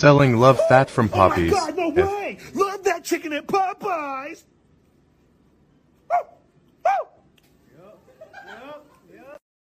Selling Love Fat from Poppies. Oh my God, no way! Love that chicken at Popeyes!